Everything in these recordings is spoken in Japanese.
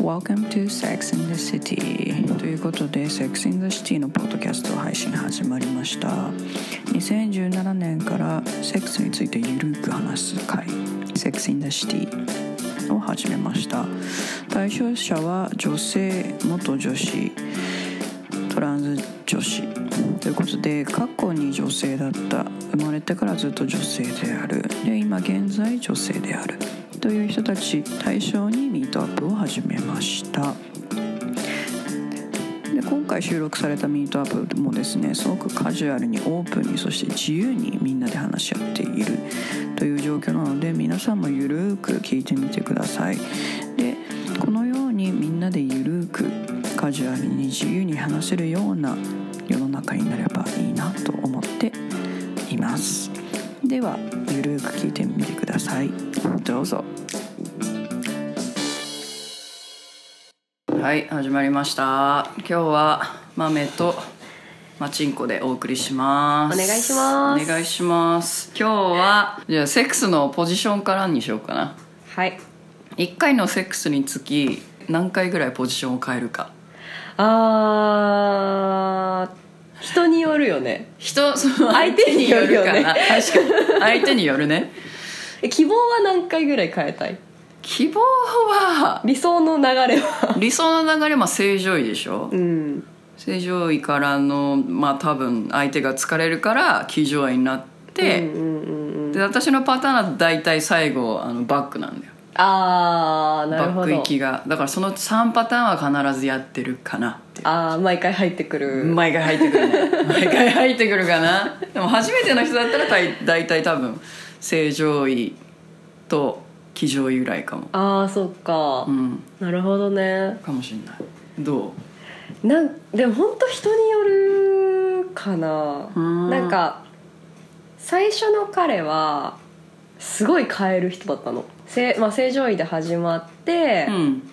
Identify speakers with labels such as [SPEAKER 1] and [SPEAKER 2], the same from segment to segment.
[SPEAKER 1] Welcome to Sex in the City ということで Sex in the City のポッドキャスト配信始まりました2017年からセックスについてゆるく話す会 Sex in the City を始めました対象者は女性元女子トランス女子ということで過去に女性だった生まれてからずっと女性であるで今現在女性であるという人たち対象にミートアップを始めましたで今回収録されたミートアップもですねすごくカジュアルにオープンにそして自由にみんなで話し合っているという状況なので皆さんもゆるーく聞いてみてくださいでこのようにみんなでゆるーくカジュアルに自由に話せるような世の中になればいいなと思っていますではゆるーく聞いてみてくださいどうぞはい始まりました今日は豆とマチンコでお送りします
[SPEAKER 2] お願いします
[SPEAKER 1] お願いします今日はじゃあセックスのポジションからにしようかな
[SPEAKER 2] はい。
[SPEAKER 1] 1回のセックスにつき何回ぐらいポジションを変えるか
[SPEAKER 2] あー、人によるよね。
[SPEAKER 1] 人その
[SPEAKER 2] 相手によるよね
[SPEAKER 1] 相手によるかな確かに相手によるね
[SPEAKER 2] え希望は何回ぐらい変えたい
[SPEAKER 1] 希望は
[SPEAKER 2] 理想の流れは。
[SPEAKER 1] 理想の流れは正常位でしょ
[SPEAKER 2] うん。
[SPEAKER 1] 正常位からのまあ多分相手が疲れるから騎乗位になって、
[SPEAKER 2] うんうんうんうん。
[SPEAKER 1] で私のパターンは大体最後あのバックなんだよ
[SPEAKER 2] あー、なる
[SPEAKER 1] バッ
[SPEAKER 2] ほ
[SPEAKER 1] ク
[SPEAKER 2] ど
[SPEAKER 1] 行。きがだからその3パターンは必ずやってるかなっていう
[SPEAKER 2] あー、毎回入ってくる。
[SPEAKER 1] 毎回入ってくるね 毎回入ってくるかなでも初めての人だったら大大体多分正常位と騎乗位ぐらいかも
[SPEAKER 2] あー、そっか
[SPEAKER 1] う。ん
[SPEAKER 2] なるほどね。
[SPEAKER 1] かもしんないど
[SPEAKER 2] なん、でも本当人によるかな。
[SPEAKER 1] うん
[SPEAKER 2] なんか、最初の彼は、すごい変える人だったの。せまあ、正常位で始まって、
[SPEAKER 1] ううん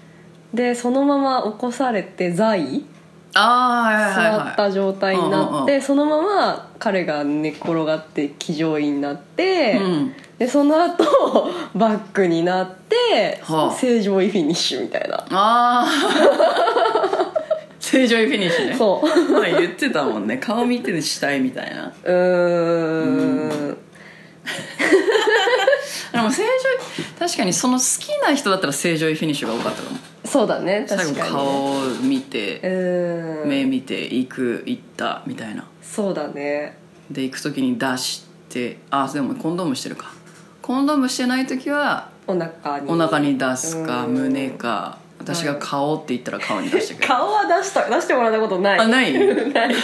[SPEAKER 2] でそのまま起こされて在位
[SPEAKER 1] ああはいはい
[SPEAKER 2] 座
[SPEAKER 1] はい
[SPEAKER 2] った状態になって、
[SPEAKER 1] うんうんう
[SPEAKER 2] そのまま彼が寝っ転がって騎乗位になって、
[SPEAKER 1] うん、
[SPEAKER 2] でその後 バックになって、
[SPEAKER 1] はあ
[SPEAKER 2] 正常位フィニッシュみたいな、
[SPEAKER 1] ああ 正常位フィニッシュね
[SPEAKER 2] そうう
[SPEAKER 1] まあ言ってたもんね顔見てしたいみたいな
[SPEAKER 2] ーん
[SPEAKER 1] でも正常確かにその好きな人だったら正常位フィニッシュが多かったかも
[SPEAKER 2] そうだね
[SPEAKER 1] 最
[SPEAKER 2] 確
[SPEAKER 1] 後
[SPEAKER 2] かにね
[SPEAKER 1] 顔を見
[SPEAKER 2] う
[SPEAKER 1] て、
[SPEAKER 2] ーん
[SPEAKER 1] 目見て行く行ったみたいな
[SPEAKER 2] そうだね
[SPEAKER 1] で行く時に出してあでもコンドームしてるかコンドームしてない時は
[SPEAKER 2] お腹に
[SPEAKER 1] お腹に出すか
[SPEAKER 2] うん
[SPEAKER 1] 胸か私が顔って言ったら顔に出してくれる
[SPEAKER 2] 顔は出した出してもらったことない
[SPEAKER 1] あない
[SPEAKER 2] ない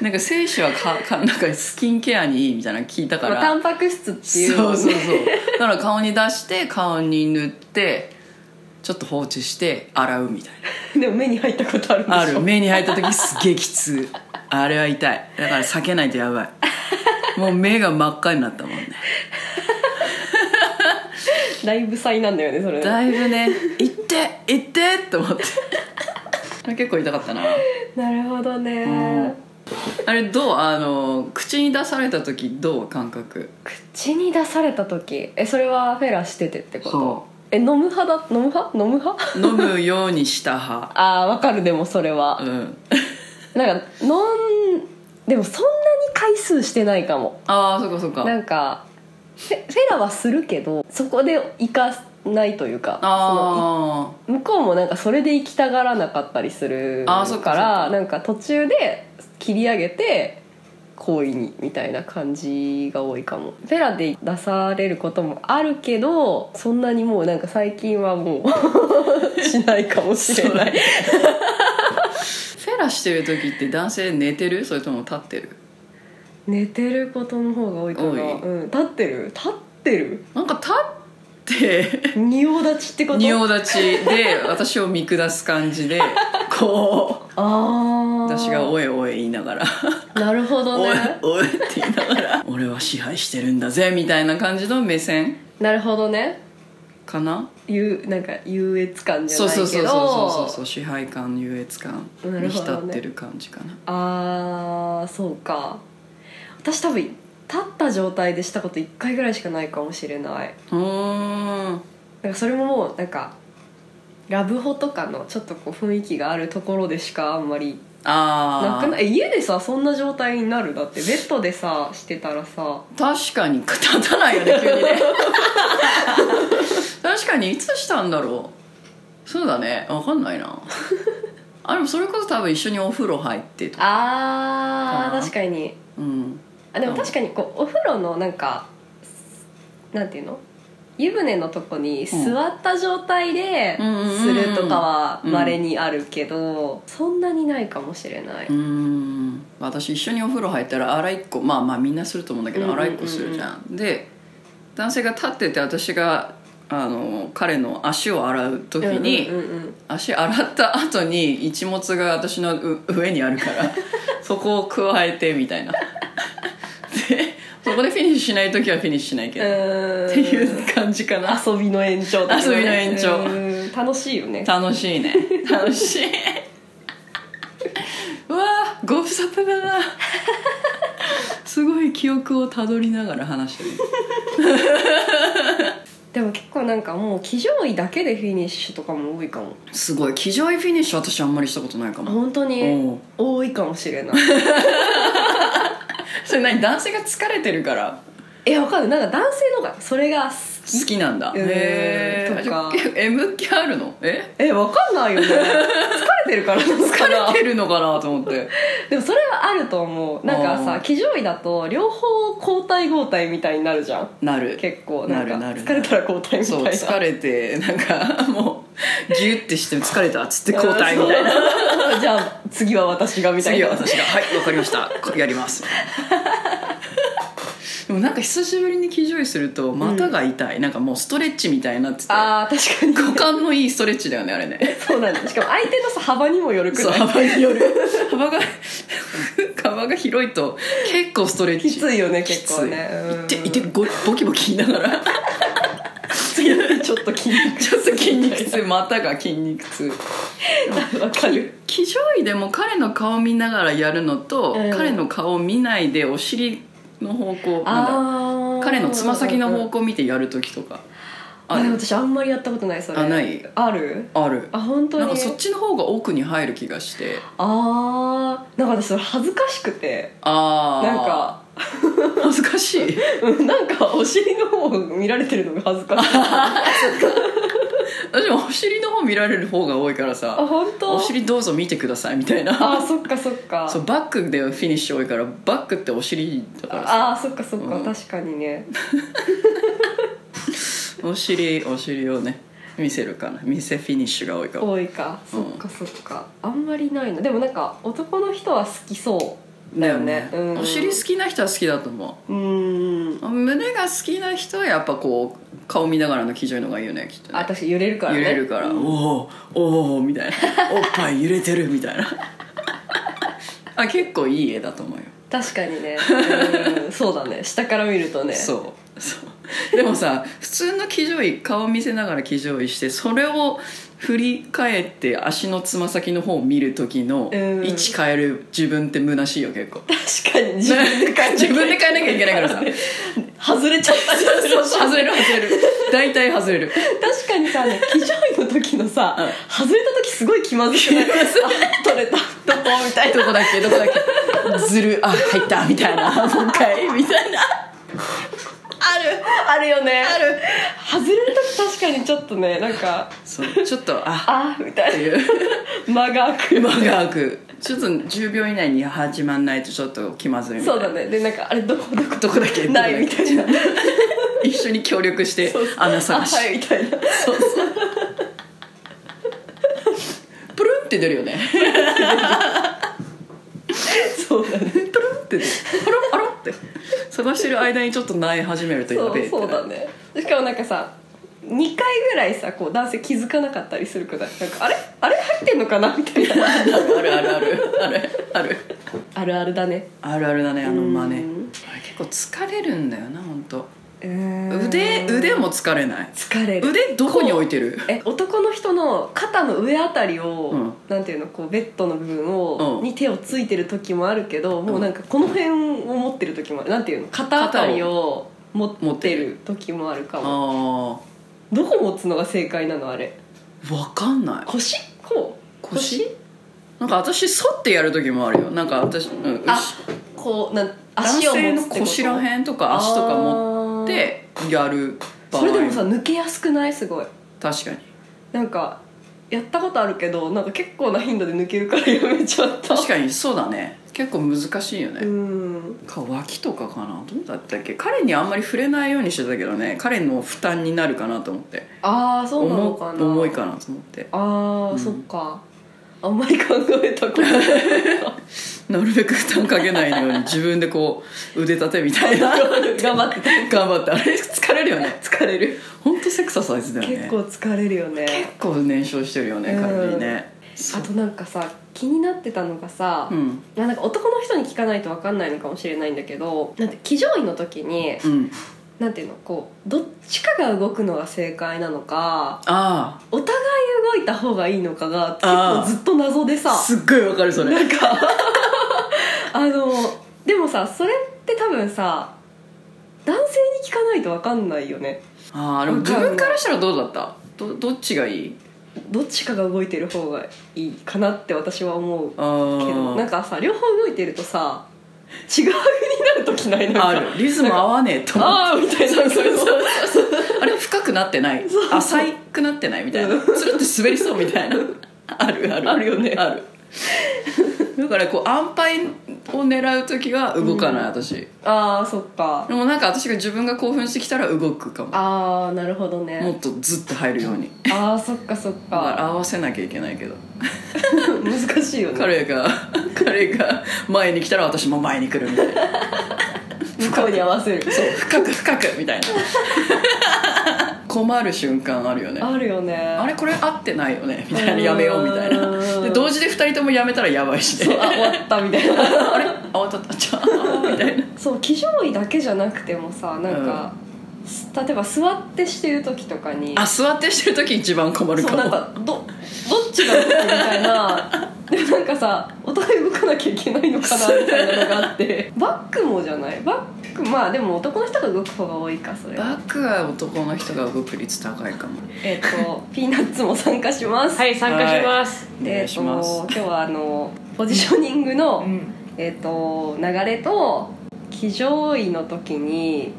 [SPEAKER 1] なんか精子はかかなんかスキンケアにいいみたいなの聞いたか
[SPEAKER 2] まあ
[SPEAKER 1] ら
[SPEAKER 2] タンパク質っていう
[SPEAKER 1] そうそうそう
[SPEAKER 2] ね
[SPEAKER 1] だから顔に出して顔に塗ってちょっと放置して洗うみたい
[SPEAKER 2] でも目に入ったことあるんでしょ
[SPEAKER 1] なある目に入った時すげえきつあれは痛いだから避けないとやばいもう目が真っ赤になったもんね
[SPEAKER 2] だいぶ災難だよねそれ
[SPEAKER 1] だいぶね「行って行って!」と思ってあれ結構痛かったな
[SPEAKER 2] なるほどね、
[SPEAKER 1] んあれどうあの口に出された時どう感覚
[SPEAKER 2] 口に出された時えそれはフェラしててってこと
[SPEAKER 1] そ
[SPEAKER 2] え飲む派だ飲む派飲む派
[SPEAKER 1] う飲むようにした派
[SPEAKER 2] あーわかるでもそれは
[SPEAKER 1] う、ん
[SPEAKER 2] なんか飲んでもそんなに回数してないかも
[SPEAKER 1] ああそっかそっか
[SPEAKER 2] なんかフェフェラはするけどそこで行かないというか
[SPEAKER 1] あ
[SPEAKER 2] その向こうもなんかそれで行きたがらなかったりする
[SPEAKER 1] あーそっかそ
[SPEAKER 2] か
[SPEAKER 1] っから
[SPEAKER 2] なんか途中で切り上げて行為にみたいな感じが多いかもフェラで出されることもあるけどそんなにもうなんか最近は もうしないかもしれない
[SPEAKER 1] フェラしてる時って男性寝てるそれとも立ってる
[SPEAKER 2] 寝てることの方が多いかな
[SPEAKER 1] 多い
[SPEAKER 2] うん、立ってる立ってる
[SPEAKER 1] なんか立 って
[SPEAKER 2] 仁王立ちってこと
[SPEAKER 1] 仁王立ちで私を見下す感じでこう
[SPEAKER 2] ああ
[SPEAKER 1] 私が「おえおえ」言いながら
[SPEAKER 2] なるほ
[SPEAKER 1] 「
[SPEAKER 2] ど
[SPEAKER 1] お
[SPEAKER 2] ね
[SPEAKER 1] えおえ」って言いながら「俺は支配してるんだぜ」みたいな感じの目線
[SPEAKER 2] なるほどね
[SPEAKER 1] かな
[SPEAKER 2] ゆうなんか優越感じゃ
[SPEAKER 1] そう
[SPEAKER 2] ないけ
[SPEAKER 1] そ
[SPEAKER 2] ど
[SPEAKER 1] うそうそうそうそう支配感優越感に浸ってる感じかな
[SPEAKER 2] あーそうか私多分立った状態でしたこと1回ぐらいしかないかもしれないう
[SPEAKER 1] ーん
[SPEAKER 2] なんかそれももうなんかラブホとかのちょっとこう雰囲気があるところでしかあんまりな
[SPEAKER 1] あ
[SPEAKER 2] く
[SPEAKER 1] あ
[SPEAKER 2] ないえ家でさそんな状態になるだってベッドでさしてたらさ
[SPEAKER 1] 確かに 立たないよね急にね 確かにいつしたんだろうそうだね分かんないなあでもそれこそ多分一緒にお風呂入ってとか
[SPEAKER 2] あ
[SPEAKER 1] ー
[SPEAKER 2] 確かに
[SPEAKER 1] うん
[SPEAKER 2] あでも確かにこうお風呂のなんかなんていうの湯船のとこに座った状態で
[SPEAKER 1] うんうんうんうん
[SPEAKER 2] するとかはまれにあるけどそんなにないかもしれないう
[SPEAKER 1] ーん私一緒にお風呂入ったら洗いっこまあまあみんなすると思うんだけど
[SPEAKER 2] うんうんうん
[SPEAKER 1] 洗
[SPEAKER 2] うん
[SPEAKER 1] いっこするじゃん,、で男性が立ってて私があの彼の足を洗う時に、
[SPEAKER 2] うんうんうん
[SPEAKER 1] 足洗った後に一物が私のう上にあるから そこを加えてみたいなでそこでフィニッシュしない時はフィニッシュしないけ
[SPEAKER 2] う
[SPEAKER 1] ど、
[SPEAKER 2] ーん
[SPEAKER 1] っていう感じかな
[SPEAKER 2] 遊びの延長だね
[SPEAKER 1] 遊びの延長
[SPEAKER 2] うん楽しいよね
[SPEAKER 1] 楽しいね楽しいうわーご無沙汰だなすごい記憶をたどりながら話してる
[SPEAKER 2] でも結構なんかもう騎乗位だけでフィニッシュとかも多いかも
[SPEAKER 1] すごい騎乗位フィニッシュ私あんまりしたことないかも
[SPEAKER 2] 本当に
[SPEAKER 1] うん
[SPEAKER 2] 多いかもしれない
[SPEAKER 1] それ何男性が疲れてるから
[SPEAKER 2] えわかるなんか男性の方がそれが好き
[SPEAKER 1] 好きなんだ
[SPEAKER 2] うん
[SPEAKER 1] へえ
[SPEAKER 2] とか
[SPEAKER 1] M 気あるのえ
[SPEAKER 2] えわかんな いよね 疲れてるからなのかな
[SPEAKER 1] 疲れてるのかなと思って
[SPEAKER 2] でもそれはあると思うなんか
[SPEAKER 1] あ
[SPEAKER 2] さ
[SPEAKER 1] ー
[SPEAKER 2] 騎乗位だと両方交代交代みたいになるじゃん
[SPEAKER 1] なる
[SPEAKER 2] 結構なんか
[SPEAKER 1] なるなる
[SPEAKER 2] 疲れたら交代みた
[SPEAKER 1] そ
[SPEAKER 2] いうな
[SPEAKER 1] 疲れてなんかもうギュッてして疲れたっつって交代みたいな
[SPEAKER 2] な じゃあ次は私がみたい
[SPEAKER 1] 次
[SPEAKER 2] な
[SPEAKER 1] は私が「はいわかりましたこれやります」でもなんか久しぶりに騎乗位すると股が痛い、なんかもうストレッチみたいになってて
[SPEAKER 2] あー確かに
[SPEAKER 1] 股間のいいストレッチだよねあれね
[SPEAKER 2] そうなんだしかも相手のさ幅にもよるく
[SPEAKER 1] そう
[SPEAKER 2] らい
[SPEAKER 1] 幅による幅が幅が広いと結構ストレッチ
[SPEAKER 2] きついよね結構ねうん
[SPEAKER 1] きついいていてごボキボキ言いながら次の日
[SPEAKER 2] ちょっと筋 肉
[SPEAKER 1] ちょっと筋肉 痛股が筋肉痛
[SPEAKER 2] わかる
[SPEAKER 1] 騎乗位でも彼の顔見ながらやるのと、
[SPEAKER 2] うん
[SPEAKER 1] 彼の顔を見ないでお尻の方向なんだ
[SPEAKER 2] あー
[SPEAKER 1] 彼のつま先の方向見てやる時とか
[SPEAKER 2] あ
[SPEAKER 1] あ
[SPEAKER 2] で
[SPEAKER 1] る
[SPEAKER 2] も私あんまりやったことないそれ
[SPEAKER 1] あない
[SPEAKER 2] ある
[SPEAKER 1] ある
[SPEAKER 2] あ本当に
[SPEAKER 1] なんかそっちの方が奥に入る気がして
[SPEAKER 2] あーなんか私それ恥ずかしくて
[SPEAKER 1] ああ
[SPEAKER 2] なんか
[SPEAKER 1] 恥ずかしい
[SPEAKER 2] うんなんかお尻の方を見られてるのが恥ずかしいあ
[SPEAKER 1] 私もお尻の方見られる方が多いからさ
[SPEAKER 2] 本当
[SPEAKER 1] お尻どうぞ見てくださいみたいな
[SPEAKER 2] あーそっかそっか
[SPEAKER 1] そうバックでフィニッシュ多いからバックってお尻だからさ
[SPEAKER 2] あーそっかそっか、
[SPEAKER 1] うん
[SPEAKER 2] 確かにね
[SPEAKER 1] お尻お尻をね見せるかな見せフィニッシュが多いから
[SPEAKER 2] 多いかそっかそっか、あんまりないのでもなんか男の人は好きそうだよねうん
[SPEAKER 1] お尻好きな人は好きだと思
[SPEAKER 2] うん
[SPEAKER 1] う胸が好きな人はやっぱこう顔見ながらの騎乗位の方がいいよねきっとね
[SPEAKER 2] あ私揺れるからね
[SPEAKER 1] 揺れるから、
[SPEAKER 2] うん
[SPEAKER 1] おーおおみ たいなおっぱい揺れてるみたいなあ結構いい絵だと思うよ
[SPEAKER 2] 確かにね、 うんそうだね下から見るとね
[SPEAKER 1] そうそうでもさ普通の騎乗位顔見せながら騎乗位してそれを振り返って足のつま先の方を見る時の
[SPEAKER 2] うん
[SPEAKER 1] 位置変える自分って虚しいよ結構
[SPEAKER 2] 確かに自分で変えなきゃ
[SPEAKER 1] 自分で変えなきゃいけないからさ
[SPEAKER 2] 外れちゃったりす
[SPEAKER 1] そう
[SPEAKER 2] る
[SPEAKER 1] 外れる外れる大体外れる
[SPEAKER 2] 確かにさ 騎乗位の時のさ、外れた時すごい気まず くないあ取れたどこみたいな
[SPEAKER 1] どこだっけどこだっけずるあ入ったみたいなもう一回みたいな
[SPEAKER 2] あるあるよねある外れる時確かにちょっとねなんか
[SPEAKER 1] そうちょっとあ
[SPEAKER 2] あみた
[SPEAKER 1] っ
[SPEAKER 2] い
[SPEAKER 1] て
[SPEAKER 2] な
[SPEAKER 1] いう
[SPEAKER 2] 間が空くよね
[SPEAKER 1] 間が空くちょっと10秒以内に始まんないとちょっと気まずいみたい
[SPEAKER 2] そう
[SPEAKER 1] な
[SPEAKER 2] だねでなんかあれどこどこ
[SPEAKER 1] どこだっけ
[SPEAKER 2] ないみたいな
[SPEAKER 1] 一緒に協力して
[SPEAKER 2] そうそう
[SPEAKER 1] 穴探し
[SPEAKER 2] あはいみたいな
[SPEAKER 1] そうそうプルンって出るよね
[SPEAKER 2] そうだね
[SPEAKER 1] プルンって出るあらあらって探してる間にちょっと苗始めるとや
[SPEAKER 2] そ
[SPEAKER 1] べえって
[SPEAKER 2] うそうだねしかもなんかさ2回ぐらいさこう男性気づかなかったりするくないなんかあれあれ入ってんのかなみたいな
[SPEAKER 1] あるあるあるある ある
[SPEAKER 2] あるあるだね
[SPEAKER 1] あるあるだねあの間ね
[SPEAKER 2] うん
[SPEAKER 1] あれ結構疲れるんだよな本当。腕
[SPEAKER 2] 腕
[SPEAKER 1] 腕も疲れない
[SPEAKER 2] 疲れる
[SPEAKER 1] 腕どこに置いてる
[SPEAKER 2] え男の人の肩の上あたりを、
[SPEAKER 1] うん
[SPEAKER 2] なんていうのこうベッドの部分を、
[SPEAKER 1] うん
[SPEAKER 2] に手をついてる時もあるけど、もうなんかこの辺を持ってる時もあるなんていうの肩あたりを持
[SPEAKER 1] 持
[SPEAKER 2] っ
[SPEAKER 1] って
[SPEAKER 2] て
[SPEAKER 1] る
[SPEAKER 2] る時もあるかも
[SPEAKER 1] あ
[SPEAKER 2] どこ持つのが正解なのあれ
[SPEAKER 1] あわかんない
[SPEAKER 2] 腰こう
[SPEAKER 1] 腰なんか私反ってやる時もあるよなんか私、うん、
[SPEAKER 2] あ
[SPEAKER 1] うし
[SPEAKER 2] こうなん
[SPEAKER 1] 男
[SPEAKER 2] 足を
[SPEAKER 1] 性
[SPEAKER 2] 持
[SPEAKER 1] の
[SPEAKER 2] つってこと
[SPEAKER 1] 腰らへんとか足とか持
[SPEAKER 2] 持
[SPEAKER 1] ってやる場合
[SPEAKER 2] それでもさ抜けやすくないすごい
[SPEAKER 1] 確かに
[SPEAKER 2] なんかやったことあるけどなんか結構な頻度で抜けるからやめちゃった
[SPEAKER 1] 確かにそうだね結構難しいよね、
[SPEAKER 2] うん
[SPEAKER 1] か脇とかかなどうだったっけ彼にあんまり触れないようにしてたけどね彼の負担になるかなと思って
[SPEAKER 2] ああそうなのかな
[SPEAKER 1] 重重いかなと思って
[SPEAKER 2] ああ、
[SPEAKER 1] うん
[SPEAKER 2] そっかあんまり考えたことない
[SPEAKER 1] なるべく負担かけないよ うに自分でこう腕立てみたいな
[SPEAKER 2] 頑張って
[SPEAKER 1] 頑張ってあれ疲れるよね
[SPEAKER 2] 疲れる
[SPEAKER 1] 本当セクササイズだよね
[SPEAKER 2] 結構疲れるよね
[SPEAKER 1] 結構燃焼してるよね
[SPEAKER 2] うん
[SPEAKER 1] 体にねそ
[SPEAKER 2] あ
[SPEAKER 1] う
[SPEAKER 2] となんかさ気になってたのがさ、
[SPEAKER 1] うん
[SPEAKER 2] まあなんか男の人に聞かないと分かんないのかもしれないんだけどなんて騎乗位の時に、
[SPEAKER 1] うん
[SPEAKER 2] なんていうのこうどっちかが動くのが正解なのか
[SPEAKER 1] あ
[SPEAKER 2] お互い動いた方がいいのかが結
[SPEAKER 1] あー
[SPEAKER 2] 構ずっと謎でさ
[SPEAKER 1] あすっごいわかるそれ
[SPEAKER 2] なんか あのでもさそれって多分さ男性に聞かないと分かんないよね
[SPEAKER 1] ああでも
[SPEAKER 2] わか
[SPEAKER 1] 自
[SPEAKER 2] る
[SPEAKER 1] 分からしたらどうだったどどっちがいい
[SPEAKER 2] どっちかが動いてる方がいいかなって私は思うけ
[SPEAKER 1] あ
[SPEAKER 2] どなん
[SPEAKER 1] ー
[SPEAKER 2] かさ両方動いてるとさ違う風になる時ないなんか
[SPEAKER 1] あるリズム合わねえと思って
[SPEAKER 2] あーみたいなそうそう
[SPEAKER 1] あれ深くなってない
[SPEAKER 2] そう
[SPEAKER 1] 浅くなってないみたいなつるっと滑りそうみたいな あるある
[SPEAKER 2] あるよね
[SPEAKER 1] あるだからこう安牌を狙う時は動かない、私
[SPEAKER 2] あーそっか
[SPEAKER 1] でもなんか私が自分が興奮してきたら動くかも
[SPEAKER 2] ああなるほどね
[SPEAKER 1] もっとずっと入るように
[SPEAKER 2] ああそっかそっ
[SPEAKER 1] だか
[SPEAKER 2] から
[SPEAKER 1] 合わせなきゃいけないけど
[SPEAKER 2] 難しいよね
[SPEAKER 1] 彼が 彼が前に来たら私も前に来るみたいな
[SPEAKER 2] 向こうに合わせる
[SPEAKER 1] そう深く深くみたい な困る瞬間あるよね
[SPEAKER 2] あるよね
[SPEAKER 1] あれこれ合ってないよねみたいなやめようみたいな
[SPEAKER 2] うん
[SPEAKER 1] で同時で2人ともやめたらやばいし
[SPEAKER 2] そう
[SPEAKER 1] ね
[SPEAKER 2] あ終わったみたいな
[SPEAKER 1] あれ慌たったちゃうみたいな
[SPEAKER 2] そう騎乗位だけじゃなくてもさなんか、す例えば座ってしてる時とかに
[SPEAKER 1] あ座ってしてる時一番困る
[SPEAKER 2] そ
[SPEAKER 1] か
[SPEAKER 2] うなん
[SPEAKER 1] も
[SPEAKER 2] かどどっちが動くみたいなでもなんかさお互い動かなきゃいけないのかなみたいなのがあってバックもじゃないバックまあでも男の人が動く方が多いかそれは
[SPEAKER 1] バックは男の人が動く率高いかも
[SPEAKER 2] えっ、とピーナッツも参加します
[SPEAKER 3] はい参加します、
[SPEAKER 1] お
[SPEAKER 2] で
[SPEAKER 1] 願
[SPEAKER 2] え
[SPEAKER 1] い
[SPEAKER 2] っ
[SPEAKER 1] し
[SPEAKER 2] と
[SPEAKER 1] ます
[SPEAKER 2] 今日はあのポジショニングの、
[SPEAKER 3] うん
[SPEAKER 2] えっと流れと騎乗位の時に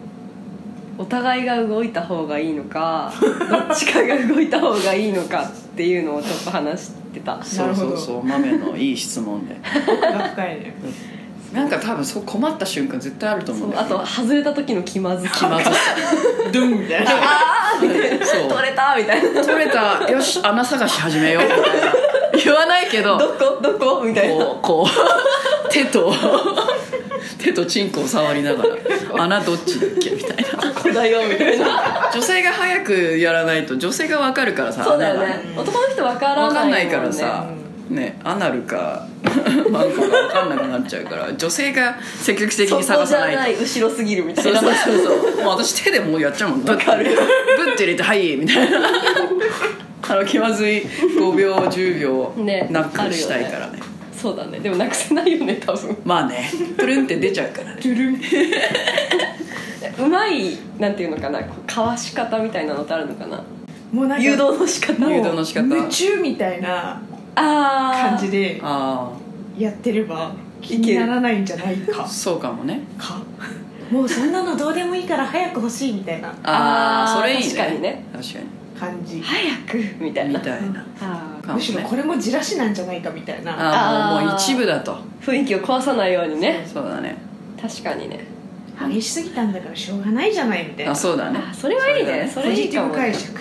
[SPEAKER 2] お互いが動いた方がいいの かどっちかが動いた方がいいのかっていうのをちょっと話してた
[SPEAKER 3] な
[SPEAKER 1] そう
[SPEAKER 3] るほ
[SPEAKER 1] そ
[SPEAKER 3] ど
[SPEAKER 1] うそう豆のいい質問で
[SPEAKER 3] 学会で
[SPEAKER 1] なんか多分そう困った瞬間絶対あると思
[SPEAKER 2] そううん
[SPEAKER 1] だ
[SPEAKER 2] あ
[SPEAKER 1] よね
[SPEAKER 2] と外れた時の気まず
[SPEAKER 1] 気
[SPEAKER 2] さ
[SPEAKER 1] まずさドゥンみたいな
[SPEAKER 2] あー
[SPEAKER 1] そう
[SPEAKER 2] 取れたみたいな
[SPEAKER 1] 取れたよし穴探し始めようみたいな言わないけど
[SPEAKER 2] どこどこみたいな
[SPEAKER 1] こうこう 手と手とチンコを触りなが ら穴どっちだっけみたいな
[SPEAKER 2] ここだよみたいな
[SPEAKER 1] 女性が早くやらないと女性が分かるからさ
[SPEAKER 2] そうだよ
[SPEAKER 1] 穴が
[SPEAKER 2] ね男の人わからない
[SPEAKER 1] 分
[SPEAKER 2] もん、ね、
[SPEAKER 1] かんないからさねアナルか マンコか分かんなくなっちゃうから女性が積極的
[SPEAKER 2] そ
[SPEAKER 1] に
[SPEAKER 2] こ
[SPEAKER 1] 探
[SPEAKER 2] じ
[SPEAKER 1] さ
[SPEAKER 2] ゃ
[SPEAKER 1] ないと
[SPEAKER 2] ない後ろすぎるみた
[SPEAKER 1] そ
[SPEAKER 2] いうな
[SPEAKER 1] そうそうそうもう私手でもうやっちゃうもんぶっ
[SPEAKER 2] かる
[SPEAKER 1] ぶって入れて「はい」みたいなあの気まずい5秒10秒
[SPEAKER 2] ね
[SPEAKER 1] なくしたいからね
[SPEAKER 2] そうだねでもなくせないよね多分
[SPEAKER 1] まあねプルンって出ちゃうからね
[SPEAKER 2] うまいなんていうのかなこうかわし方みたいなのってあるのかな
[SPEAKER 3] もうなんか
[SPEAKER 2] 誘導の仕方
[SPEAKER 3] もう
[SPEAKER 1] 誘導の仕方
[SPEAKER 3] 夢中みたいな
[SPEAKER 2] あー
[SPEAKER 3] 感じで
[SPEAKER 1] あ
[SPEAKER 3] やってれば気にならないんじゃないか
[SPEAKER 1] あそう かもね
[SPEAKER 3] かもうそんなのどうでもいいから早く欲しいみたいな
[SPEAKER 1] ああ
[SPEAKER 2] あー
[SPEAKER 1] それいいね
[SPEAKER 2] 確かにね
[SPEAKER 1] 確か
[SPEAKER 3] 感じ
[SPEAKER 2] 早くみたい
[SPEAKER 1] にみ
[SPEAKER 2] な
[SPEAKER 1] たい な
[SPEAKER 2] あー
[SPEAKER 1] かも
[SPEAKER 3] むしろこ
[SPEAKER 1] ね
[SPEAKER 3] れもじらしなんじゃないかみたいな
[SPEAKER 1] ああ
[SPEAKER 2] あー
[SPEAKER 1] もうもう一部だと
[SPEAKER 2] 雰囲気を壊さないようにね
[SPEAKER 1] そうだね
[SPEAKER 2] 確かにね
[SPEAKER 3] 激しすぎたんだからしょうがないじゃないみたいな
[SPEAKER 1] あそうだね
[SPEAKER 2] あーそれはいいねそ
[SPEAKER 3] ポ
[SPEAKER 2] れい
[SPEAKER 3] ジ
[SPEAKER 2] い
[SPEAKER 3] テ
[SPEAKER 2] か
[SPEAKER 3] ィ
[SPEAKER 2] も
[SPEAKER 3] ブ解釈
[SPEAKER 2] 確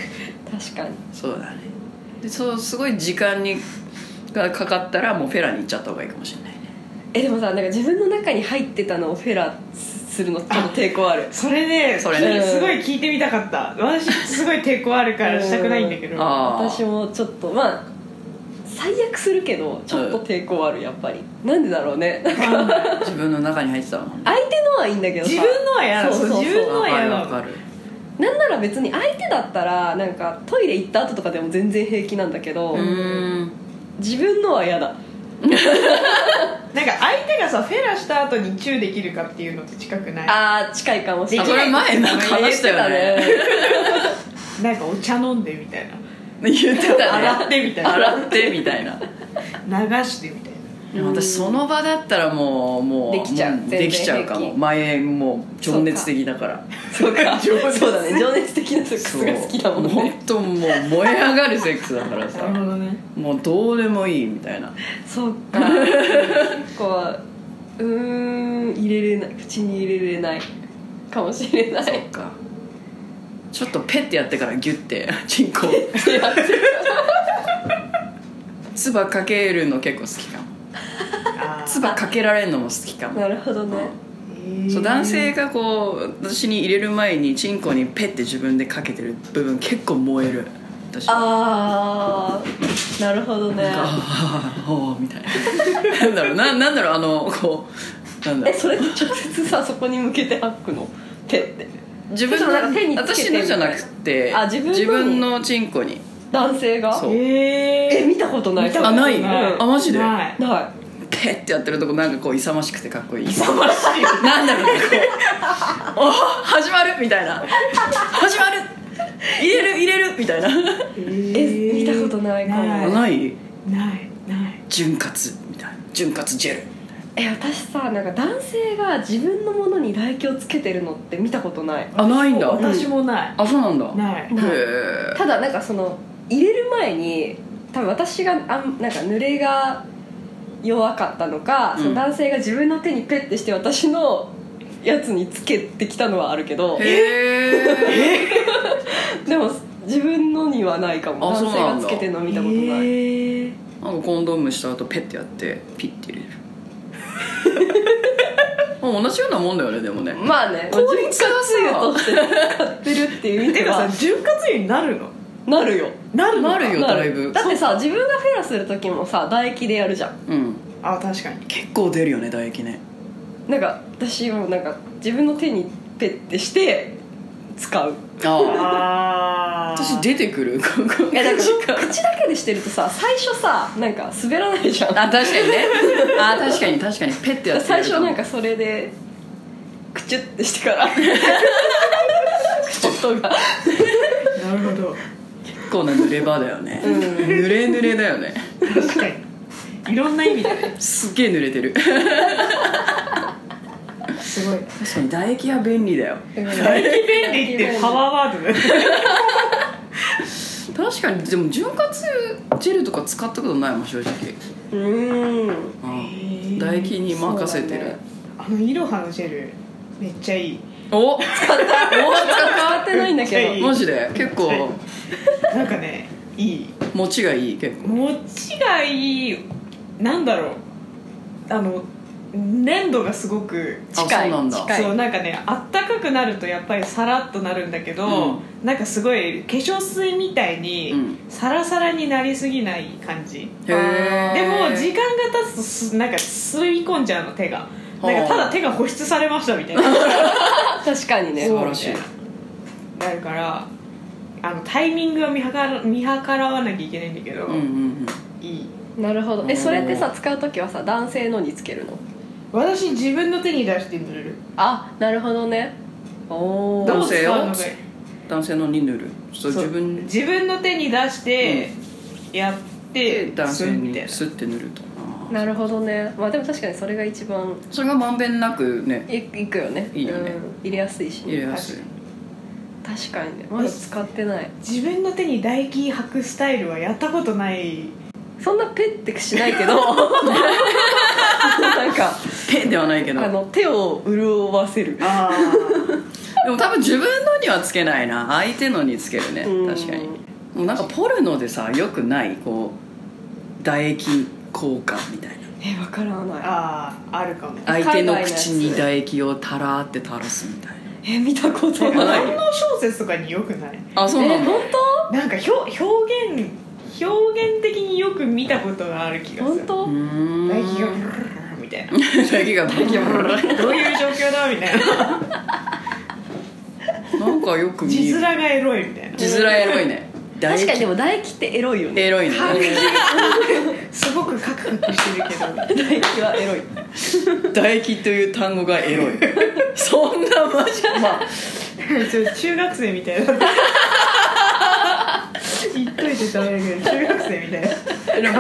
[SPEAKER 2] かに
[SPEAKER 1] そうだねでそうすごい時間にがかかったらもうフェラに行っちゃった方がいいかもしれない ね
[SPEAKER 2] えでもさなんか自分の中に入ってたのをフェラするのちょっと抵抗ある
[SPEAKER 3] それで
[SPEAKER 1] それね
[SPEAKER 3] すごい聞いてみたかった私すごい抵抗あるからしたくないんだけど
[SPEAKER 1] あー
[SPEAKER 2] 私もちょっとまあ最悪するけどちょっと抵抗あるやっぱりなんでだろうねなんか
[SPEAKER 1] 自分の中に入ってたもんね
[SPEAKER 2] 相手のはいいんだけどさ
[SPEAKER 3] 自分のは嫌だ
[SPEAKER 2] そうそうそう
[SPEAKER 3] 自分の
[SPEAKER 1] わか
[SPEAKER 3] は嫌
[SPEAKER 1] る
[SPEAKER 3] だ
[SPEAKER 1] わかる
[SPEAKER 2] なんなら別に相手だったらなんかトイレ行った後とかでも全然平気なんだけど
[SPEAKER 1] うーん
[SPEAKER 2] 自分のは嫌だ
[SPEAKER 3] なんか相手がさフェラした後にチューできるかっていうのと近くない
[SPEAKER 2] あー近いかもしれ
[SPEAKER 1] あ
[SPEAKER 2] ない
[SPEAKER 1] これ前なんか話したよね
[SPEAKER 3] なんかお茶飲んでみたいな
[SPEAKER 1] 言ってたね
[SPEAKER 3] 洗ってみたいな
[SPEAKER 1] 洗ってみたいな
[SPEAKER 3] 流してみたいな
[SPEAKER 2] うん
[SPEAKER 1] 私その場だったらもうもう
[SPEAKER 2] できちゃう
[SPEAKER 1] も
[SPEAKER 2] 全然
[SPEAKER 1] できちゃうか
[SPEAKER 2] 平
[SPEAKER 1] も
[SPEAKER 2] 気
[SPEAKER 1] 前もう情熱的だから
[SPEAKER 2] そうか
[SPEAKER 3] 情熱
[SPEAKER 2] そうだね 情熱的なセックスが好きだもん
[SPEAKER 1] そう
[SPEAKER 2] ね
[SPEAKER 1] 本当もう燃え上がるセックスだから
[SPEAKER 3] なる
[SPEAKER 1] さ
[SPEAKER 3] ほどね
[SPEAKER 1] もうどうでもいいみたいな
[SPEAKER 2] そうか結構うーん入れれない口に入れれないかもしれない
[SPEAKER 1] そっかちょっとペッてやってからギュッ てチンコ
[SPEAKER 2] ってやってる
[SPEAKER 1] 唾かけるの結構好きかも
[SPEAKER 3] あー
[SPEAKER 1] 唾かけられるのも好きかも
[SPEAKER 2] なるほどね
[SPEAKER 1] そう男性
[SPEAKER 3] へ
[SPEAKER 1] がこう私に入れる前にチンコにペッて自分でかけてる部分結構燃える私
[SPEAKER 2] ああなるほどね
[SPEAKER 1] ああおーみたいななんだろうななんだろうあのこうなんだ
[SPEAKER 2] え
[SPEAKER 1] ろう
[SPEAKER 2] それって直接さそこに向けて吐くの手って
[SPEAKER 1] 自分
[SPEAKER 2] ちょっとなんか手に
[SPEAKER 1] の
[SPEAKER 2] つけて
[SPEAKER 1] 私のじゃなくて
[SPEAKER 2] あ自分のに
[SPEAKER 1] 自分のチンコに
[SPEAKER 2] 男性が
[SPEAKER 1] そう
[SPEAKER 3] ーへ
[SPEAKER 2] え
[SPEAKER 3] え
[SPEAKER 2] 見たことない
[SPEAKER 3] 見たこと
[SPEAKER 1] あない、
[SPEAKER 3] うん
[SPEAKER 1] あマジで
[SPEAKER 3] ない
[SPEAKER 2] な
[SPEAKER 1] ペッてやってるとこなんかこう勇ましくてかっこいい勇ましいなんだろうねこうお始まるみたいな始まる入れる入れるみたいな
[SPEAKER 2] え見たことないかも
[SPEAKER 3] ないない
[SPEAKER 1] ない
[SPEAKER 3] ない
[SPEAKER 1] 潤滑みたいな潤滑ジェル
[SPEAKER 2] いえ私さなんか男性が自分のものに唾液をつけてるのって見たことない
[SPEAKER 1] あないんだ
[SPEAKER 3] 私もない
[SPEAKER 1] あそうなんだ
[SPEAKER 3] ない
[SPEAKER 1] へ
[SPEAKER 2] ただなんかその入れる前に多分私があんなんか濡れが弱かったのか、
[SPEAKER 1] うん
[SPEAKER 2] その男性が自分の手にペッてして私のやつにつけてきたのはあるけど
[SPEAKER 1] えへえ
[SPEAKER 2] でも自分のにはないかも
[SPEAKER 1] あそう
[SPEAKER 2] 男性
[SPEAKER 1] な
[SPEAKER 2] が
[SPEAKER 1] んだ
[SPEAKER 2] つけてるの見たことない、
[SPEAKER 3] へー
[SPEAKER 1] なんかコンドームした後ペッてやってピッて入れる まあ同じようなもんだよねでもね
[SPEAKER 2] まあね
[SPEAKER 1] 効率
[SPEAKER 2] 潤
[SPEAKER 1] が
[SPEAKER 2] 滑油として使ってるっていう意味
[SPEAKER 3] て
[SPEAKER 2] で
[SPEAKER 3] か
[SPEAKER 2] は
[SPEAKER 3] さ潤滑油になるの
[SPEAKER 2] なるよ
[SPEAKER 3] なるの
[SPEAKER 1] な
[SPEAKER 3] か
[SPEAKER 1] るよ
[SPEAKER 2] な
[SPEAKER 1] だいぶ
[SPEAKER 2] だってさ自分がフェラする時もさ唾液でやるじゃん
[SPEAKER 1] うん
[SPEAKER 3] あ確かに
[SPEAKER 1] 結構出るよね唾液ね
[SPEAKER 2] なんか私もなんか自分の手にペッてして使う
[SPEAKER 1] ああ
[SPEAKER 3] あー
[SPEAKER 1] 私出てくるここ
[SPEAKER 2] いやだから
[SPEAKER 1] 口から
[SPEAKER 2] 口だけでしてるとさ最初さなんか滑らないじゃん
[SPEAKER 1] あ確かにねあ確かに確かにペッてやって
[SPEAKER 2] 最初なん
[SPEAKER 1] か
[SPEAKER 2] かそれでクチュってしてから音が
[SPEAKER 3] なるほど
[SPEAKER 1] 結構な濡れ場だよね、
[SPEAKER 2] うん
[SPEAKER 1] 濡れ濡れだよね
[SPEAKER 3] 確かにいろんな意味でね
[SPEAKER 1] すっげえ濡れてる
[SPEAKER 3] すごい
[SPEAKER 1] 確かに唾液は便利だよ
[SPEAKER 3] 唾液便利ってパワーワードだね
[SPEAKER 1] 確かにでも潤滑ジェルとか使ったことないもん正直
[SPEAKER 2] うーん
[SPEAKER 1] うん
[SPEAKER 3] ー
[SPEAKER 1] 唾液に任せてる、
[SPEAKER 2] そうだね
[SPEAKER 3] あのイロハのジェルめっちゃいい
[SPEAKER 1] お使ったお
[SPEAKER 2] 変
[SPEAKER 1] 使
[SPEAKER 2] わってないんだけ
[SPEAKER 3] い
[SPEAKER 1] マジで結構
[SPEAKER 3] なんかねいい
[SPEAKER 1] 持ちがいい結構
[SPEAKER 3] 持ちがいいなんだろうあの粘度がすごく
[SPEAKER 1] あ
[SPEAKER 2] 近い
[SPEAKER 1] そうなんだ
[SPEAKER 2] 近い
[SPEAKER 3] そうなんかねあったかくなるとやっぱりさらっとなるんだけど、なんかすごい化粧水みたいに
[SPEAKER 1] うん
[SPEAKER 3] サラサラになりすぎない感じ、
[SPEAKER 1] へえ
[SPEAKER 3] でも時間が経つとすなんか吸い込んじゃうの手が
[SPEAKER 1] はあ
[SPEAKER 3] なんかただ手が保湿されましたみたいな
[SPEAKER 2] ど確かにね
[SPEAKER 1] 素晴らしい
[SPEAKER 3] そうなるからあのタイミングは見計ら見計らわなきゃいけないんだけど、
[SPEAKER 1] うんうんうん
[SPEAKER 3] いい
[SPEAKER 2] なるほど
[SPEAKER 1] う
[SPEAKER 2] え
[SPEAKER 1] ん
[SPEAKER 2] それってさ使う時はさ男性のにつけるの
[SPEAKER 3] 私自分の手に出して塗る
[SPEAKER 2] あなるほどねおお
[SPEAKER 1] 男
[SPEAKER 3] どう
[SPEAKER 1] 性
[SPEAKER 3] 使
[SPEAKER 1] を
[SPEAKER 3] うのがいい
[SPEAKER 1] 男性のに塗るそう
[SPEAKER 3] そう
[SPEAKER 1] 自分
[SPEAKER 3] 自分の手に出してやって、
[SPEAKER 1] で男性
[SPEAKER 3] みたい
[SPEAKER 1] に
[SPEAKER 3] な
[SPEAKER 1] スッて塗るとあー
[SPEAKER 2] なるほどねまあでも確かにそれが一番
[SPEAKER 1] それがまんべんなくね
[SPEAKER 2] いいくよね
[SPEAKER 1] いいよね
[SPEAKER 2] うん入れやすいしね
[SPEAKER 1] 入れやすい
[SPEAKER 2] 確かにねまだ使ってない
[SPEAKER 3] 自分の手に唾液吐くスタイルはやったことない
[SPEAKER 2] そんなペッてしないけど なんか
[SPEAKER 1] ペンではないけど
[SPEAKER 2] あの手を潤わせる
[SPEAKER 3] あ
[SPEAKER 1] でも多分自分のにはつけないな相手のにつけるね
[SPEAKER 2] うん
[SPEAKER 1] 確かにもうなんかポルノでさよくないこう唾液交換みたいな
[SPEAKER 2] え分からない
[SPEAKER 3] あーあるかも
[SPEAKER 1] 相手の
[SPEAKER 2] 海外のやつ
[SPEAKER 1] 口に唾液をたらーって垂らすみたい
[SPEAKER 2] え見たこと
[SPEAKER 1] わかん
[SPEAKER 2] ないい
[SPEAKER 3] 反応小説とかによくない
[SPEAKER 1] なあそう
[SPEAKER 2] え
[SPEAKER 1] なんだ
[SPEAKER 2] 本当
[SPEAKER 3] なんか表表現表現的によく見たことがある気がす
[SPEAKER 2] 本
[SPEAKER 3] る
[SPEAKER 2] 当、
[SPEAKER 1] うーん
[SPEAKER 3] 唾液がブルルルルみたいな
[SPEAKER 1] 唾液がブルブルブル
[SPEAKER 3] どういう状況だみたいな
[SPEAKER 1] なんかよく見
[SPEAKER 3] 字
[SPEAKER 1] る
[SPEAKER 3] 面がエロいみたいな
[SPEAKER 1] 字面エロいね唾
[SPEAKER 2] 確かにで
[SPEAKER 1] 液
[SPEAKER 2] も唾液ってエロいよね
[SPEAKER 1] エロいね
[SPEAKER 3] すごくカクカクしてるけど
[SPEAKER 2] 唾液はエロい
[SPEAKER 1] 唾液という単語がエロいそんなマジまあ
[SPEAKER 3] ちょっと中学生みたいな 言っといて感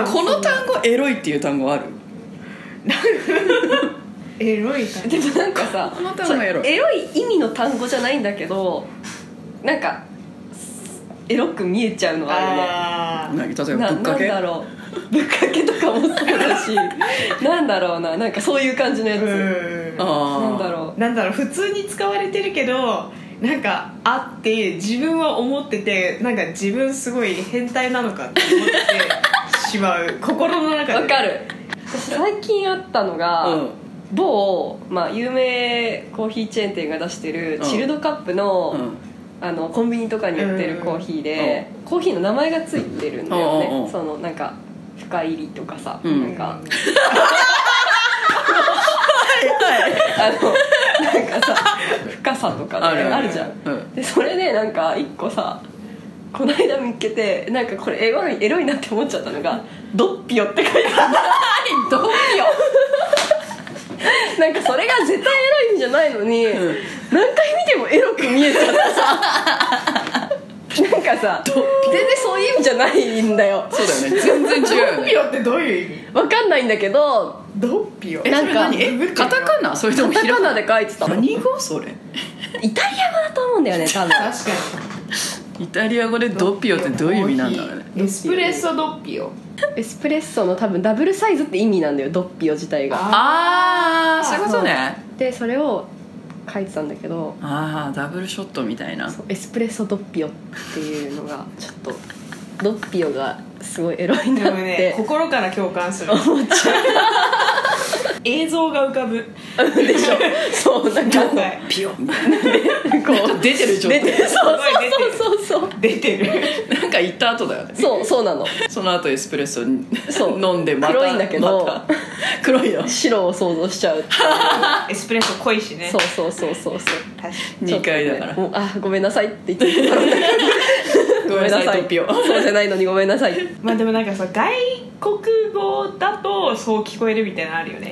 [SPEAKER 3] 想
[SPEAKER 1] この単語エロいっていう単語ある
[SPEAKER 3] エロい感
[SPEAKER 2] で
[SPEAKER 3] じ
[SPEAKER 2] もなんかさ
[SPEAKER 1] この単語エロい
[SPEAKER 2] そうエロい意味の単語じゃないんだけどなんかエロく見えちゃうのはあるね
[SPEAKER 3] あー
[SPEAKER 1] 何例えば
[SPEAKER 2] な
[SPEAKER 1] ぶっかけ
[SPEAKER 2] なんだろうぶっかけとかもそうだ しなんだろうななんかそういう感じのやつ、
[SPEAKER 3] うん
[SPEAKER 1] あー
[SPEAKER 2] なんだろ
[SPEAKER 3] なんだろう普通に使われてるけどなんかあって自分は思っててなんか自分すごい変態なのかって思ってしまう心の中
[SPEAKER 2] う
[SPEAKER 3] で
[SPEAKER 2] わかる私最近あったのが、
[SPEAKER 1] うん
[SPEAKER 2] 某、まあ、有名コーヒーチェーン店が出してるチルドカップの,、
[SPEAKER 1] うん
[SPEAKER 2] あのコンビニとかに売ってるコーヒーで、コーヒーの名前がついてるんだよね、
[SPEAKER 1] うんうんうん
[SPEAKER 2] そのなんか深入りとかさ、
[SPEAKER 1] うん
[SPEAKER 2] なんか
[SPEAKER 1] はい
[SPEAKER 2] あのなんかさ深さとかねあるじゃん
[SPEAKER 1] うん
[SPEAKER 2] でそれでなんか一個さこの間見っけてなんかこれエロいエロいなって思っちゃったのが「ドッピオ」って書いてあるドッピオ なんかそれが絶対エロいんじゃないのに、
[SPEAKER 1] ん
[SPEAKER 2] 何回見てもエロく見えちゃってさなんかさ全然そういう意味じゃないんだよ
[SPEAKER 1] そうだよね全然違うよ
[SPEAKER 3] ドッ
[SPEAKER 1] ね
[SPEAKER 3] ピオってどういう意味
[SPEAKER 2] わかんないんだけど
[SPEAKER 3] ドッピオ
[SPEAKER 1] え
[SPEAKER 2] なん
[SPEAKER 1] それ
[SPEAKER 2] か
[SPEAKER 1] 何えカタカナそれとも
[SPEAKER 2] カタ
[SPEAKER 1] ひ
[SPEAKER 2] カ
[SPEAKER 1] ら
[SPEAKER 2] ナで書いてたのイ
[SPEAKER 1] 何語それ
[SPEAKER 2] タリア語だと思うんだよね多 分
[SPEAKER 3] 確かに
[SPEAKER 1] イタリア語でドッピオってどういう意味なんだろうね
[SPEAKER 3] エスプレッソドッピオ
[SPEAKER 2] エスプレッソの多分ダブルサイズって意味なんだよドッピオ自体が
[SPEAKER 1] ああそういうことね
[SPEAKER 2] でそれを書いてたんだけど
[SPEAKER 1] ああダブルショットみたいな
[SPEAKER 2] そうエスプレッソドッピオっていうのがちょっとドッピオがすごいエロい
[SPEAKER 3] で
[SPEAKER 2] な
[SPEAKER 3] も
[SPEAKER 2] っ
[SPEAKER 3] ね
[SPEAKER 2] て
[SPEAKER 3] 心から共感する思っちゃう映像が浮かぶ
[SPEAKER 2] でしょそうなんか
[SPEAKER 3] なんか
[SPEAKER 1] ピオみたいな
[SPEAKER 2] こう
[SPEAKER 1] 出てる状
[SPEAKER 2] 出
[SPEAKER 1] 態
[SPEAKER 2] てるそうそうそうそう
[SPEAKER 3] 出てる
[SPEAKER 1] なんか行った後だよね
[SPEAKER 2] そうそうなの
[SPEAKER 1] その後エスプレッソに
[SPEAKER 2] そう
[SPEAKER 1] 飲んでまた
[SPEAKER 2] 黒いんだけど
[SPEAKER 1] また黒いの
[SPEAKER 2] 白を想像しちゃう
[SPEAKER 3] エスプレッソ濃いしね
[SPEAKER 2] そうそうそうそうそう
[SPEAKER 3] 確か
[SPEAKER 2] ち
[SPEAKER 1] 2
[SPEAKER 2] ょっと
[SPEAKER 1] 回だ
[SPEAKER 2] ね
[SPEAKER 1] から
[SPEAKER 2] もうあごめんなさいって言ってたのね
[SPEAKER 1] ごめんなさいトピオ
[SPEAKER 2] そうじゃないのにごめんなさい
[SPEAKER 3] にまあでもなんかさ外国語だとそう聞こえるみたいなのあるよね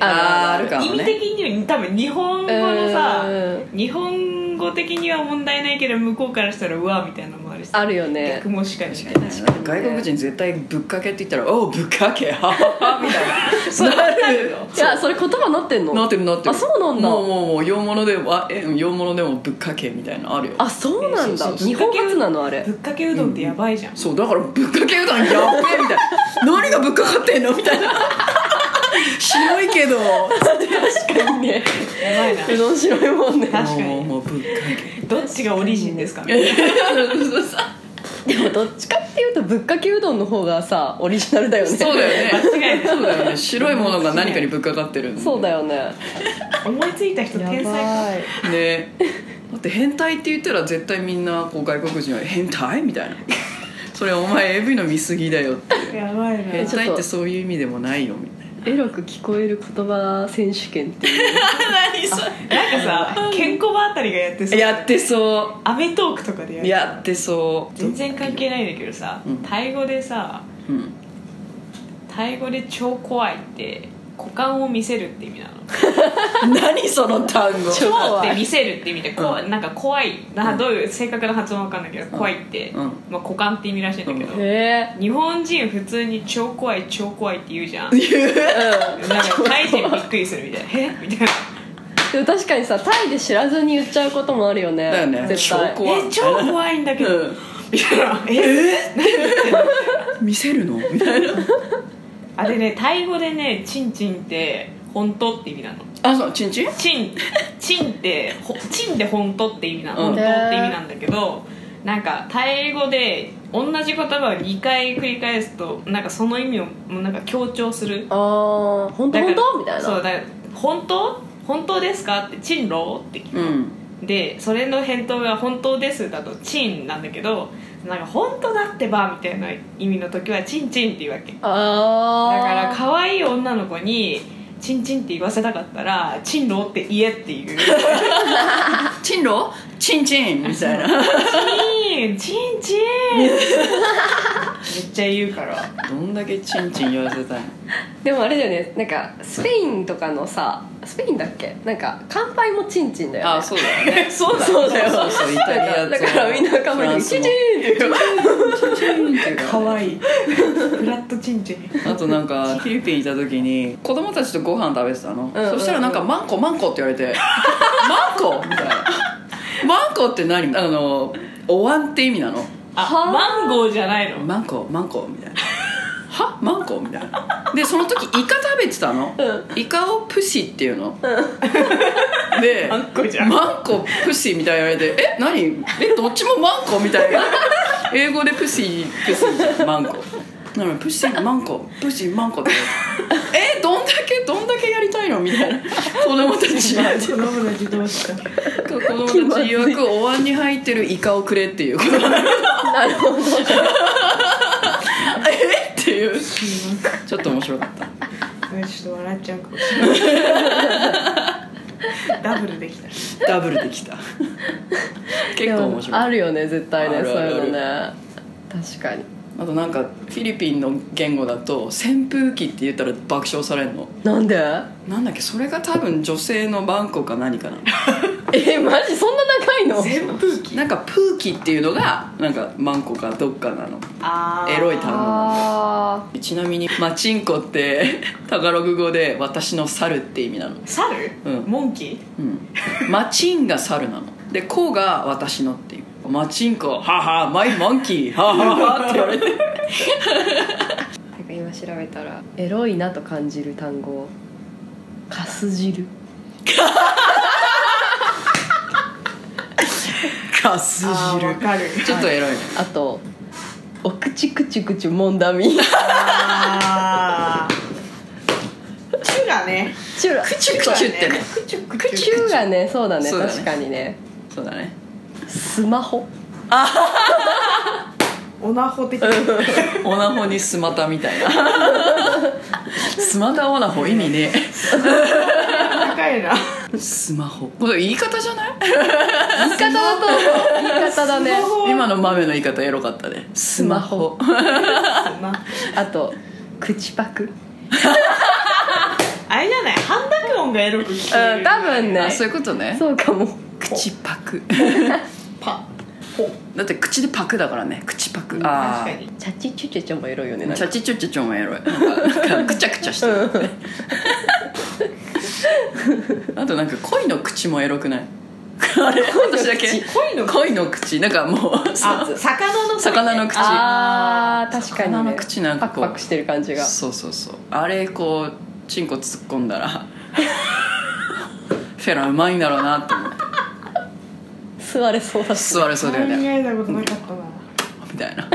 [SPEAKER 1] あ
[SPEAKER 2] あ
[SPEAKER 1] ーあるか
[SPEAKER 3] 意
[SPEAKER 1] も
[SPEAKER 3] 味
[SPEAKER 1] ね
[SPEAKER 3] 的には多分日本語のさ
[SPEAKER 2] う
[SPEAKER 3] 日本語的には問題ないけど向こうからしたらうわみたいなのもあるし
[SPEAKER 2] あるよね
[SPEAKER 3] 逆もしかりみたいな
[SPEAKER 1] 外国人絶対ぶっかけって言ったら「おうぶっかけははは」みたいななる
[SPEAKER 2] いやそれ言葉なってんの
[SPEAKER 1] なってるなってる
[SPEAKER 2] あそうなんだ
[SPEAKER 1] もうもうもう洋物でもあえうん洋物でもぶっかけみたいなのあるよ
[SPEAKER 2] あそうなんだ日本初なのあれ
[SPEAKER 3] ぶっかけうどんってやばいじゃん、
[SPEAKER 1] そうだからぶっかけうどんやっべえみたいな何がぶっかかってんのみたいな白いけど
[SPEAKER 2] 確かにね
[SPEAKER 3] やばいな
[SPEAKER 2] うどん白いもんね
[SPEAKER 3] 確かに
[SPEAKER 1] もうもうぶっかけ
[SPEAKER 3] どっちがオリジンですかね
[SPEAKER 2] でもどっちかっていうとぶっかけうどんの方がさオリジナルだよね
[SPEAKER 1] そうだよね
[SPEAKER 3] 間違いない
[SPEAKER 1] そうだよね白いものが何かにぶっかかってるんだよね
[SPEAKER 2] そうだよね
[SPEAKER 3] 思いついた人
[SPEAKER 2] や
[SPEAKER 3] 天才か
[SPEAKER 2] ばい
[SPEAKER 1] ねだって変態って言ったら絶対みんなこう外国人は「変態?」みたいな「それお前 AV の見過ぎだよ」って
[SPEAKER 3] やばいな
[SPEAKER 1] 変態ってそういう意味でもないよみたい
[SPEAKER 2] エロく聞こえる言葉選手権っていう
[SPEAKER 1] な何そ
[SPEAKER 3] なんかさケンコバあたりがやってそう
[SPEAKER 1] やってそ
[SPEAKER 3] アメトークとかでや
[SPEAKER 1] う
[SPEAKER 3] る
[SPEAKER 1] やってそう
[SPEAKER 3] 全然関係ないんだけどさ、
[SPEAKER 1] うん
[SPEAKER 3] タイ語でさ
[SPEAKER 1] うん
[SPEAKER 3] タイ語で超怖いって股間を見せるって意味なの
[SPEAKER 1] 何その単語
[SPEAKER 2] 超
[SPEAKER 3] 超っ
[SPEAKER 2] 怖い
[SPEAKER 3] て見せるって意味でこう、なんか怖いな、どういう正確な発音わかんないけど、怖いって、
[SPEAKER 1] うん
[SPEAKER 3] まあ、股間って意味らしいんだけど、
[SPEAKER 2] へ
[SPEAKER 3] 日本人普通に超怖い超怖いって言うじゃん
[SPEAKER 1] 言う
[SPEAKER 2] え
[SPEAKER 3] なんかタイ人びっくりするみたいなえみたいな
[SPEAKER 2] でも確かにさタイで知らずに言っちゃうこともあるよね
[SPEAKER 1] だよね
[SPEAKER 2] 絶対
[SPEAKER 1] 超怖い
[SPEAKER 3] え超怖いんだけど、
[SPEAKER 1] うん
[SPEAKER 3] みたいなえ
[SPEAKER 1] 見せるのみたいな
[SPEAKER 3] あれねタイ語でねチンチンって本当って意味なの
[SPEAKER 1] あそうチンチン
[SPEAKER 3] チンチンってほチンって本当って意味なの
[SPEAKER 1] うん
[SPEAKER 3] 本当って意味なんだけどなんかタイ語で同じ言葉を2回繰り返すとなんかその意味をもうなんか強調する
[SPEAKER 2] あー本当
[SPEAKER 3] だから
[SPEAKER 2] 本当みたい
[SPEAKER 3] そう
[SPEAKER 2] な
[SPEAKER 3] だから本当本当ですかってチンローって聞く、
[SPEAKER 1] うん
[SPEAKER 3] でそれの返答が「本当です」だと「チン」なんだけどなんか「本当だってば」みたいな意味の時は「チンチン」って言うわけだ
[SPEAKER 2] あー
[SPEAKER 3] から可愛い女の子に「チンチン」って言わせたかったら「チンローって言えって いう
[SPEAKER 1] チンロチンチンみたいな
[SPEAKER 3] チンチンチンめっちゃ言うから
[SPEAKER 1] どんだけチンチン言わせたいの
[SPEAKER 2] でもあれだよねなんかスペインとかのさスペインだっけなんか乾杯もチンチンだよ、ね、
[SPEAKER 1] あ そうだよね
[SPEAKER 2] そうだよ
[SPEAKER 1] そうそうイタリアと
[SPEAKER 2] だからみんな乾
[SPEAKER 1] フラ
[SPEAKER 2] 杯
[SPEAKER 1] ン
[SPEAKER 2] で「
[SPEAKER 1] ス
[SPEAKER 2] チン
[SPEAKER 1] も
[SPEAKER 2] チン!」って言う
[SPEAKER 1] チンチンっていうか
[SPEAKER 3] 可愛いいフラットチンチン
[SPEAKER 1] あとなんかフィリピン行った時に子供たちとご飯食べてたの、
[SPEAKER 2] うんうん
[SPEAKER 1] そしたらなんか「マンコマンコ」って言われて 「マンコ」みたいな「マンコ」って何あのお椀って意味なの
[SPEAKER 2] は
[SPEAKER 3] あ
[SPEAKER 2] あ
[SPEAKER 3] マンゴーじゃないの
[SPEAKER 1] マンコマンコみたいなはマンコみたいなでその時イカ食べてたの、イカをプシっていうの、で
[SPEAKER 3] マンコじゃん
[SPEAKER 1] マンコプシみたいに言われてえ何えどっちもマンコみたいな英語でプシプシじゃんマンコなのにプシマンコプシマンコってえどんだけどんだけやりたいのみたいな子供たち
[SPEAKER 3] まあ子供たちどうした
[SPEAKER 1] 子供たち曰くお椀に入ってるイカをくれっていうことな
[SPEAKER 2] なるほど
[SPEAKER 1] えっていうちょっと面白かった
[SPEAKER 3] ちょっと笑っちゃうかもしれないダブルできた
[SPEAKER 1] ダブルできた結構面
[SPEAKER 2] でも
[SPEAKER 1] 白
[SPEAKER 2] あ
[SPEAKER 1] い
[SPEAKER 2] るよね絶対ね
[SPEAKER 1] ある
[SPEAKER 2] そう
[SPEAKER 1] ある
[SPEAKER 2] いうのね確かに
[SPEAKER 1] あとなんかフィリピンの言語だと扇風機って言ったら爆笑されるの
[SPEAKER 2] なんで
[SPEAKER 1] なんだっけそれが多分女性のバンコか何かなの
[SPEAKER 2] えマジそんな高いの
[SPEAKER 3] 扇風機
[SPEAKER 1] なんかプーキっていうのがなんかマンコかどっかなの
[SPEAKER 3] あー
[SPEAKER 1] エロい単語
[SPEAKER 2] あ
[SPEAKER 1] ちなみにマチンコってタガログ語で私の猿って意味なの
[SPEAKER 3] 猿、
[SPEAKER 1] うん
[SPEAKER 3] モンキー
[SPEAKER 1] うんマチンが猿なのでコが私のっていうマチンコははマイモンキーはははって言われて
[SPEAKER 2] ーなんか今調べたらエロいなと感じる単語かす汁
[SPEAKER 1] かす
[SPEAKER 3] あーわかる
[SPEAKER 1] ちょっとエロいね
[SPEAKER 2] あとお口くちくちもんだみ
[SPEAKER 3] あーチュがね
[SPEAKER 2] チュラ
[SPEAKER 1] チュクチュってね
[SPEAKER 3] クチュクチュ
[SPEAKER 2] くちゅがねそうだね
[SPEAKER 1] そうだね
[SPEAKER 2] 確かにね
[SPEAKER 1] そうだね
[SPEAKER 2] スマホ
[SPEAKER 3] オナホ的な
[SPEAKER 1] オナホにスマタみたいなスマタオナホ意味ね
[SPEAKER 3] 高いな
[SPEAKER 1] スマホこれ言い方じゃない
[SPEAKER 2] 言い方だと思う言い方だね
[SPEAKER 3] スマホ
[SPEAKER 1] 今の豆の言い方エロかったねスマホ
[SPEAKER 3] そんな
[SPEAKER 2] あと口パク
[SPEAKER 3] あれじゃない半濁音がエロく聞こえる、
[SPEAKER 2] うん多分ね
[SPEAKER 1] あそういうことね
[SPEAKER 2] そうかも
[SPEAKER 1] 口パク
[SPEAKER 3] パポ
[SPEAKER 1] だって口でパクだからね口パク
[SPEAKER 3] 確
[SPEAKER 1] あ
[SPEAKER 3] か
[SPEAKER 1] ー
[SPEAKER 3] に
[SPEAKER 2] チャチチュチュチュもエロいよねなん
[SPEAKER 1] チャ
[SPEAKER 2] か
[SPEAKER 1] チチュチュチュもエロいなんかなんかくちゃくちゃしてる、あとなんか恋の口もエロくないあれ私だけ
[SPEAKER 3] 恋の
[SPEAKER 1] 恋の口なんかもう
[SPEAKER 3] あ魚の口
[SPEAKER 1] 魚の口
[SPEAKER 2] あー確かに、ね、
[SPEAKER 1] 魚の口なんか
[SPEAKER 2] パ
[SPEAKER 1] こう
[SPEAKER 2] クパクしてる感じが
[SPEAKER 1] そうそうそうあれこうチンコ突っ込んだらフェラうまいんだろうなって思って
[SPEAKER 2] 吸われそうだし
[SPEAKER 1] 座れそうだよ
[SPEAKER 3] 考
[SPEAKER 1] ね
[SPEAKER 3] えたことなかったな
[SPEAKER 1] みたいな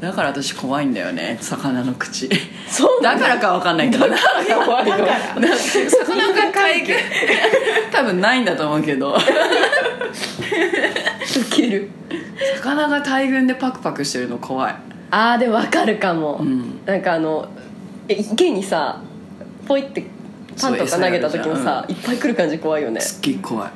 [SPEAKER 1] だから私怖いんだよね魚の口
[SPEAKER 2] そう
[SPEAKER 1] だからかわかんないけどな
[SPEAKER 2] 怖いよ
[SPEAKER 1] 魚が解決多分ないんだと思うけど
[SPEAKER 2] ウケる
[SPEAKER 1] 魚が大群でパクパクしてるの怖い
[SPEAKER 2] あーでもわかるかも、
[SPEAKER 1] うん
[SPEAKER 2] なんかあのえ池にさポイってパンとか投げた時もさ、いっぱい来る感じ怖いよね
[SPEAKER 1] すっげえ怖い